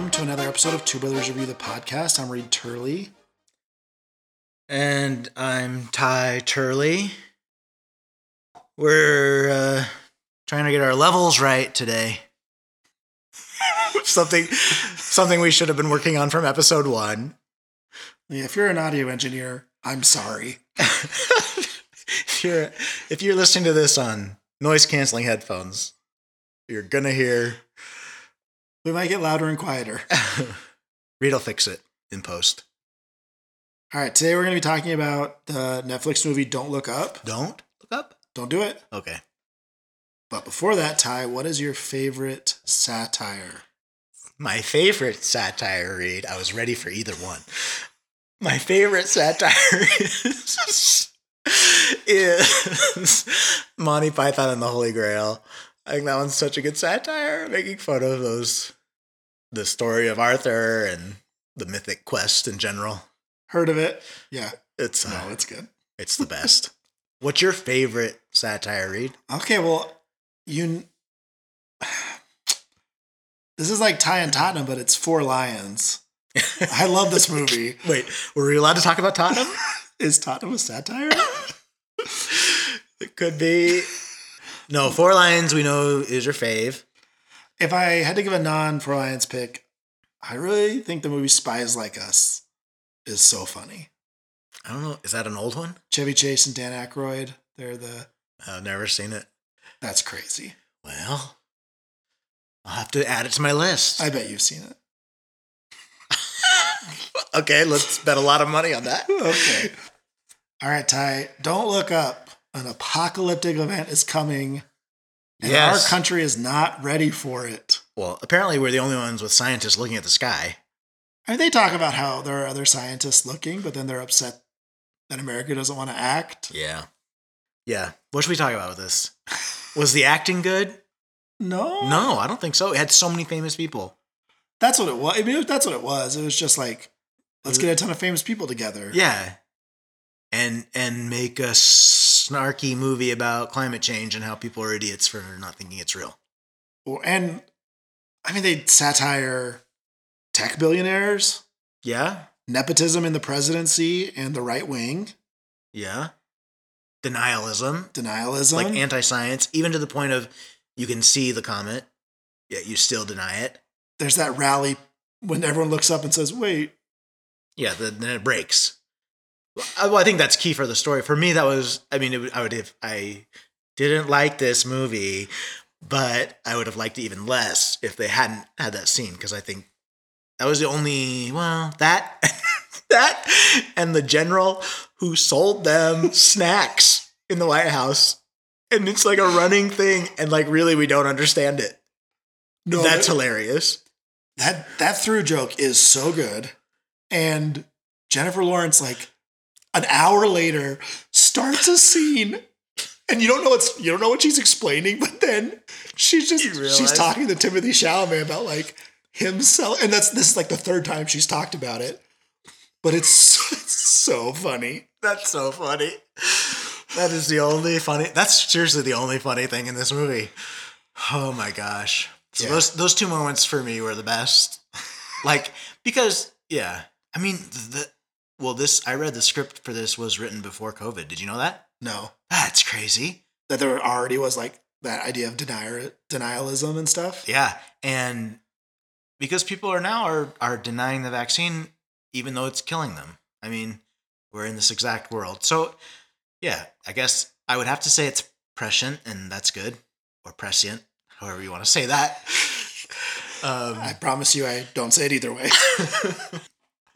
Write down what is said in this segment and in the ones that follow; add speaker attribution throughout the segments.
Speaker 1: episode of Two Brothers Review the Podcast. I'm Reed Turley.
Speaker 2: And I'm Ty Turley. We're uh, trying to get our levels right today. something something we should have been working on from episode one.
Speaker 1: Yeah, if you're an audio engineer, I'm sorry.
Speaker 2: if you're if you're listening to this on noise canceling headphones, you're gonna hear
Speaker 1: We might get louder and quieter.
Speaker 2: Reed'll fix it in post.
Speaker 1: All right, today we're going to be talking about the Netflix movie Don't Look Up.
Speaker 2: Don't look up.
Speaker 1: Don't do it.
Speaker 2: Okay.
Speaker 1: But before that, Ty, what is your favorite satire?
Speaker 2: My favorite satire read, I was ready for either one. My favorite satire is, is Monty Python and the Holy Grail. I think that one's such a good satire, making fun of those, the story of Arthur and the mythic quest in general.
Speaker 1: Heard of it? Yeah.
Speaker 2: It's uh,
Speaker 1: No, it's good.
Speaker 2: it's the best. What's your favorite satire read?
Speaker 1: Okay, well, you. This is like Ty and Tottenham, but it's Four Lions. I love this movie.
Speaker 2: Wait, were we allowed to talk about Tottenham?
Speaker 1: Is Tottenham a satire?
Speaker 2: it could be. No, Four Lions we know is your fave.
Speaker 1: if I had to give a non Four Lions pick, I really think the movie Spies Like Us is so funny.
Speaker 2: I don't know. Is that an old one?
Speaker 1: Chevy Chase and Dan Aykroyd, they're the.
Speaker 2: I've never seen it.
Speaker 1: That's crazy.
Speaker 2: Well, I'll have to add it to my list.
Speaker 1: I bet you've seen it.
Speaker 2: okay, let's bet a lot of money on that.
Speaker 1: Okay. All right, Ty, don't look up. An apocalyptic event is coming, and
Speaker 2: Yes.
Speaker 1: our country is not ready for it.
Speaker 2: well, apparently we're the only ones with scientists looking at the sky.
Speaker 1: I mean, they talk about how there are other scientists looking, but then they're upset that America doesn't want to act.
Speaker 2: Yeah. Yeah. What should we talk about with this? Was the acting good?
Speaker 1: No,
Speaker 2: No, I don't think so. It had so many famous people.
Speaker 1: that's what it was. I mean, that's what it was. It was just like, let's get a ton of famous people together.
Speaker 2: Yeah. And and make a snarky movie about climate change and how people are idiots for not thinking it's real.
Speaker 1: Or- and I mean, they satire tech billionaires,
Speaker 2: Yeah.
Speaker 1: nepotism in the presidency, and the right wing,
Speaker 2: Yeah. Denialism.
Speaker 1: denialism.
Speaker 2: like anti-science, even to the point of you can see the comet, yet you still deny it.
Speaker 1: There's that rally when everyone looks up and says, "Wait,
Speaker 2: Yeah, the, then it breaks. Well, I, well, I think that's key for the story. For me, that was. I mean, it, would- I would have. I didn't like this movie, but I would have liked it even less if they hadn't had that scene because I think that was the only. Well, that that and the general who sold them snacks in the White House. And it's like a running thing, and like really, we don't understand it.
Speaker 1: no,
Speaker 2: That's
Speaker 1: that,
Speaker 2: hilarious.
Speaker 1: that that through joke is so good." And Jennifer Lawrence, like an hour later, starts a scene. And you don't know what's you don't know what she's explaining, but then she's just
Speaker 2: You
Speaker 1: she's
Speaker 2: realize-
Speaker 1: talking to Timothy Chalamet about like himself, and that's this is like the third time she's talked about it, but it's so, it's so funny.
Speaker 2: That's so funny. That is the only funny. That's seriously the only funny thing in this movie. Oh my gosh! So
Speaker 1: Yeah.
Speaker 2: those those two moments for me were the best. like because yeah, I mean the well this I read the script for this was written before COVID. Did you know that?
Speaker 1: No,
Speaker 2: That's crazy.
Speaker 1: that there already was like that idea of denier denialism and stuff.
Speaker 2: Yeah, and because people are now are are denying the vaccine, even though it's killing them. I mean, we're in this exact world. So, yeah, I guess I would have to say it's prescient, and that's good, or prescient, however you want to say that. Um,
Speaker 1: I promise you, I don't say it either way.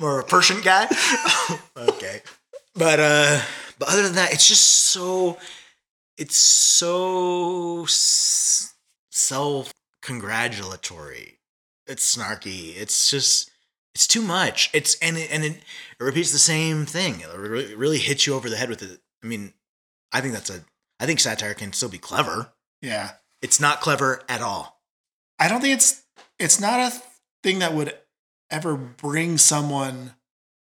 Speaker 2: more of a Persian guy. okay. But uh but other than that, it's just so it's so s- self-congratulatory. It's snarky. It's just it's too much. It's and it, and it, it repeats the same thing. It really, really hits you over the head with it. I mean, I think that's a I think satire can still be clever.
Speaker 1: yeah,
Speaker 2: It's not clever at all.
Speaker 1: I don't think it's it's not a thing that would ever bring someone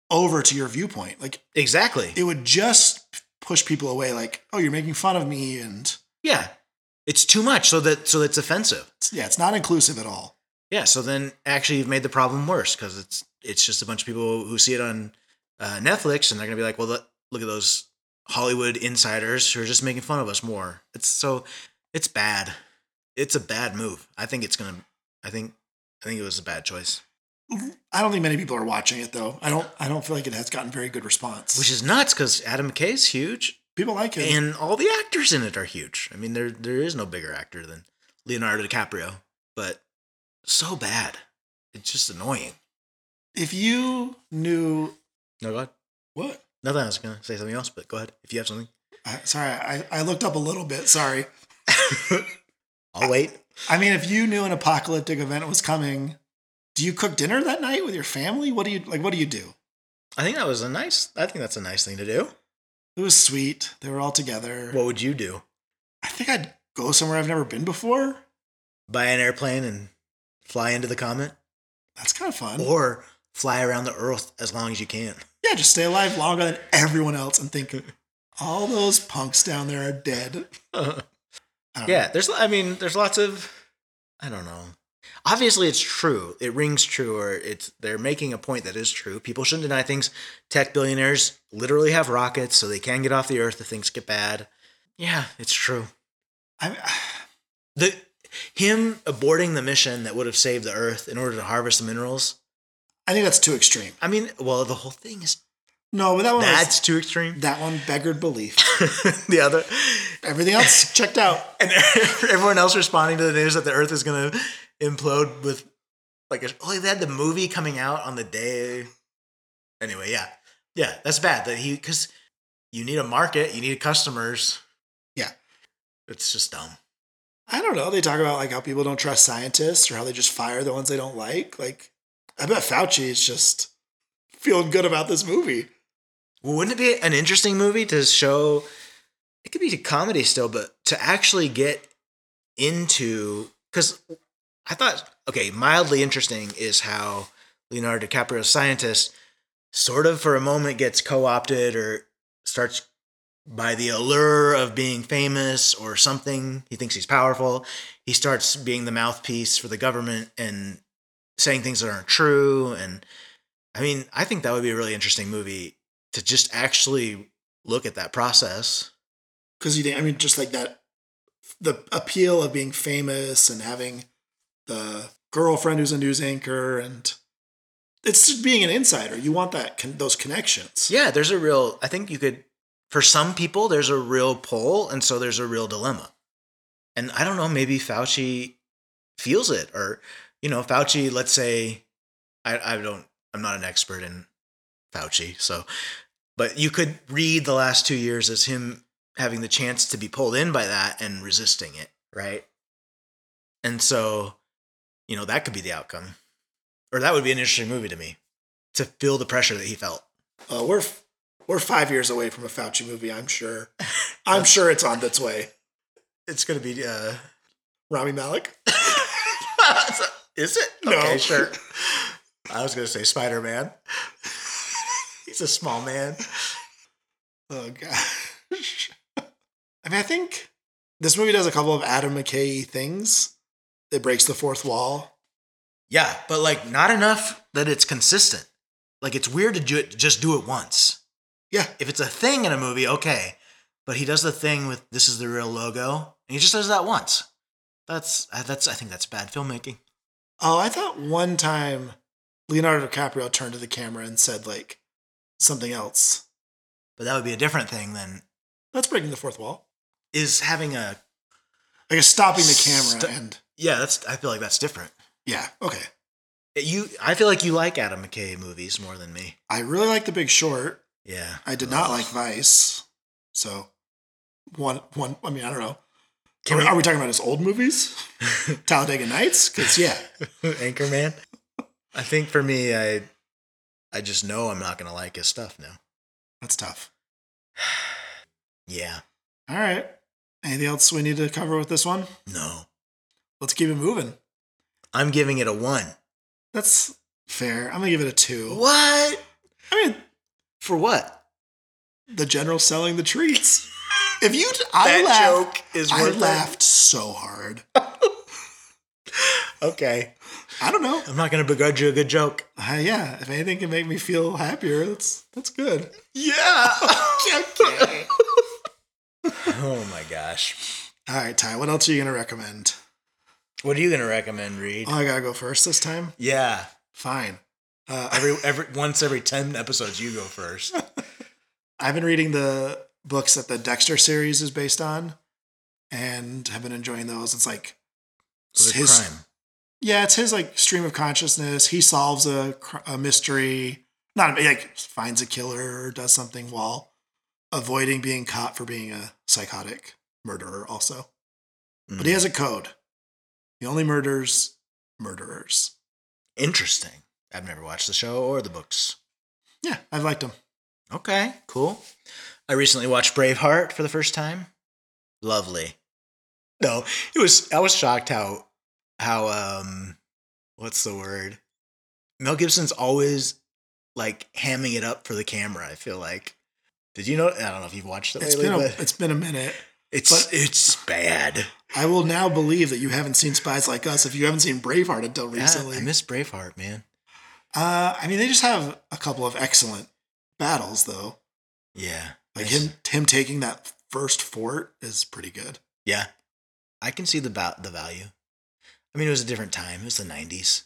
Speaker 1: over to your viewpoint. Like
Speaker 2: Exactly.
Speaker 1: it would just push people away. Like, oh, you're making fun of me, and
Speaker 2: Yeah. It's too much so that so that's offensive.
Speaker 1: yeah, it's not inclusive at all.
Speaker 2: Yeah, so then actually you've made the problem worse because it's it's just a bunch of people who see it on uh, Netflix and they're gonna be like, well, look, look at those Hollywood insiders who are just making fun of us more. It's so it's bad. It's a bad move. I think it's gonna. I think I think it was a bad choice,
Speaker 1: I don't think many people are watching it though. I don't. I don't feel like it has gotten very good response.
Speaker 2: which is nuts because Adam McKay's huge
Speaker 1: people like it.
Speaker 2: and all the actors in it are huge. I mean, there there is no bigger actor than Leonardo DiCaprio, but so bad. It's just annoying.
Speaker 1: if you knew
Speaker 2: No, go ahead.
Speaker 1: what?
Speaker 2: Nothing. I was gonna say something else, but go ahead if you have something.
Speaker 1: I, sorry, I, I looked up a little bit. Sorry.
Speaker 2: I'll wait.
Speaker 1: I mean, if you knew an apocalyptic event was coming, do you cook dinner that night with your family? What do you like? What do you do?
Speaker 2: I think that was a nice. I think that's a nice thing to do.
Speaker 1: It was sweet. They were all together.
Speaker 2: What would you do?
Speaker 1: I think I'd go somewhere I've never been before.
Speaker 2: Buy an airplane and fly into the comet,
Speaker 1: That's kind of fun.
Speaker 2: or fly around the Earth as long as you can.
Speaker 1: yeah, just stay alive longer than everyone else and think all those punks down there are dead. I don't
Speaker 2: yeah, there's. I mean, there's lots of. I don't know. Obviously, it's true. It rings true, or it's they're making a point that is true. People shouldn't deny things. Tech billionaires literally have rockets, so they can get off the Earth if things get bad. Yeah, it's true.
Speaker 1: know. I,
Speaker 2: the him aborting the mission that would have saved the earth in order to harvest the minerals
Speaker 1: I think that's too extreme.
Speaker 2: i mean well the whole thing is
Speaker 1: No, but that one was-
Speaker 2: that's too extreme
Speaker 1: that one beggared belief.
Speaker 2: the other
Speaker 1: Everything else checked out.
Speaker 2: and everyone else responding to the news that the earth is going to implode with like a, oh they had the movie coming out on the day anyway yeah yeah that's bad that he because you need a market you need customers
Speaker 1: Yeah.
Speaker 2: it's just dumb
Speaker 1: I don't know. They talk about like how people don't trust scientists or how they just fire the ones they don't like. Like, I bet Fauci is just feeling good about this movie.
Speaker 2: Well, wouldn't it be an interesting movie to show? It could be a comedy still, but to actually get into because I thought okay, mildly interesting is how Leonardo DiCaprio's scientist sort of for a moment gets co-opted or starts by the allure of being famous or something. He thinks he's powerful. He starts being the mouthpiece for the government and saying things that aren't true. And I mean, I think that would be a really interesting movie to just actually look at that process.
Speaker 1: Because you think, I mean, just like that, the appeal of being famous and having the girlfriend who's a news anchor and it's just being an insider. You want that con- those connections.
Speaker 2: Yeah, there's a real, I think you could, for some people, there's a real pull. And so there's a real dilemma. And I don't know, maybe Fauci feels it or, you know, Fauci, let's say, I, I don't, I'm not an expert in Fauci. So, but you could read the last two years as him having the chance to be pulled in by that and resisting it. Right. And so, you know, that could be the outcome. Or that would be an interesting movie to me to feel the pressure that he felt.
Speaker 1: Uh, we're f- we're five years away from a Fauci movie. I'm sure. I'm sure it's on its way.
Speaker 2: It's gonna be. uh
Speaker 1: Rami Malik.
Speaker 2: Is it?
Speaker 1: No.
Speaker 2: Okay, sure. I was gonna say Spider Man. He's a small man.
Speaker 1: Oh gosh. I mean, I think this movie does a couple of Adam McKay things. It breaks the fourth wall.
Speaker 2: Yeah, but like not enough that it's consistent. Like it's weird to do it, just do it once.
Speaker 1: Yeah.
Speaker 2: If it's a thing in a movie, okay. But he does the thing with this is the real logo, and he just does that once. That's uh, that's I think that's bad filmmaking.
Speaker 1: Oh, I thought one time Leonardo DiCaprio turned to the camera and said like something else.
Speaker 2: But that would be a different thing than
Speaker 1: That's breaking the fourth wall.
Speaker 2: is having a
Speaker 1: Like it's stopping the camera
Speaker 2: Sto-
Speaker 1: and
Speaker 2: yeah. That's I feel like that's different.
Speaker 1: yeah, okay.
Speaker 2: You, I feel like you like Adam McKay movies more than me.
Speaker 1: I really like The Big Short.
Speaker 2: Yeah,
Speaker 1: I did not
Speaker 2: Ugh.
Speaker 1: like Vice. So one one. I mean, I don't know.
Speaker 2: Can
Speaker 1: are,
Speaker 2: we-
Speaker 1: are we talking about his old movies, Talladega Nights? Because yeah,
Speaker 2: Anchorman. I think for me, I, I just know I'm not gonna like his stuff now.
Speaker 1: that's tough.
Speaker 2: Yeah,
Speaker 1: All right. Anything else we need to cover with this one?
Speaker 2: no,
Speaker 1: Let's keep it moving.
Speaker 2: I'm giving it a one.
Speaker 1: That's fair. I'm gonna give it a two.
Speaker 2: What
Speaker 1: I mean,
Speaker 2: for what?
Speaker 1: the general selling the treats. If you, I laughed.
Speaker 2: joke is
Speaker 1: I
Speaker 2: worth it.
Speaker 1: laughed so hard.
Speaker 2: okay.
Speaker 1: I don't know.
Speaker 2: I'm not going to begrudge you a good joke.
Speaker 1: Uh, yeah, if anything can make me feel happier, that's that's good.
Speaker 2: Yeah.
Speaker 1: okay.
Speaker 2: oh my gosh.
Speaker 1: All right, Ty. What else are you gonna recommend?
Speaker 2: What are you going to recommend, Reed?
Speaker 1: Oh, I gotta go first this time.
Speaker 2: yeah.
Speaker 1: Fine. Uh, I-
Speaker 2: Every every once every 10 episodes you go first.
Speaker 1: I've been reading the books that the Dexter series is based on, and have been enjoying those. It's like
Speaker 2: It's a
Speaker 1: his
Speaker 2: crime.
Speaker 1: yeah, it's his like stream of consciousness. He solves a, cr- a mystery, not like finds a killer or does something while avoiding being caught for being a psychotic murderer. Also, but he
Speaker 2: Mm.
Speaker 1: has a code. He only murders murderers.
Speaker 2: Interesting. I've never watched the show or the books.
Speaker 1: Yeah, I liked him.
Speaker 2: Okay, cool. I recently watched Braveheart for the first time. Lovely. No, it was I was shocked how how um what's the word? Mel Gibson's always like hamming it up for the camera, I feel like. Did you know I don't know if you've watched it
Speaker 1: It's
Speaker 2: lately,
Speaker 1: been a,
Speaker 2: but
Speaker 1: it's been a minute.
Speaker 2: it's
Speaker 1: but-
Speaker 2: it's bad.
Speaker 1: I will now believe that you haven't seen Spies Like Us if you haven't seen Braveheart until
Speaker 2: Yeah,
Speaker 1: recently.
Speaker 2: I miss Braveheart, man.
Speaker 1: uh, I mean, they just have a couple of excellent battles though.
Speaker 2: Yeah.
Speaker 1: Like
Speaker 2: Nice.
Speaker 1: him him taking that first fort is pretty good.
Speaker 2: Yeah. I can see the va- the value. I mean, it was a different time. It was the 90s.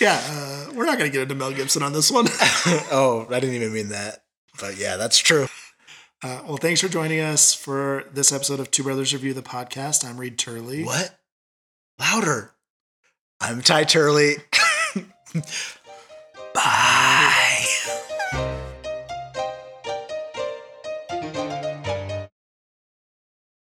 Speaker 1: Yeah, uh, we're not gonna get into Mel Gibson on this one.
Speaker 2: oh, I didn't even mean that. But yeah, that's true.
Speaker 1: Uh, well, thanks for joining us for this episode of Two Brothers Review the podcast. I'm Reed Turley.
Speaker 2: What? Louder. I'm Ty Turley. Bye.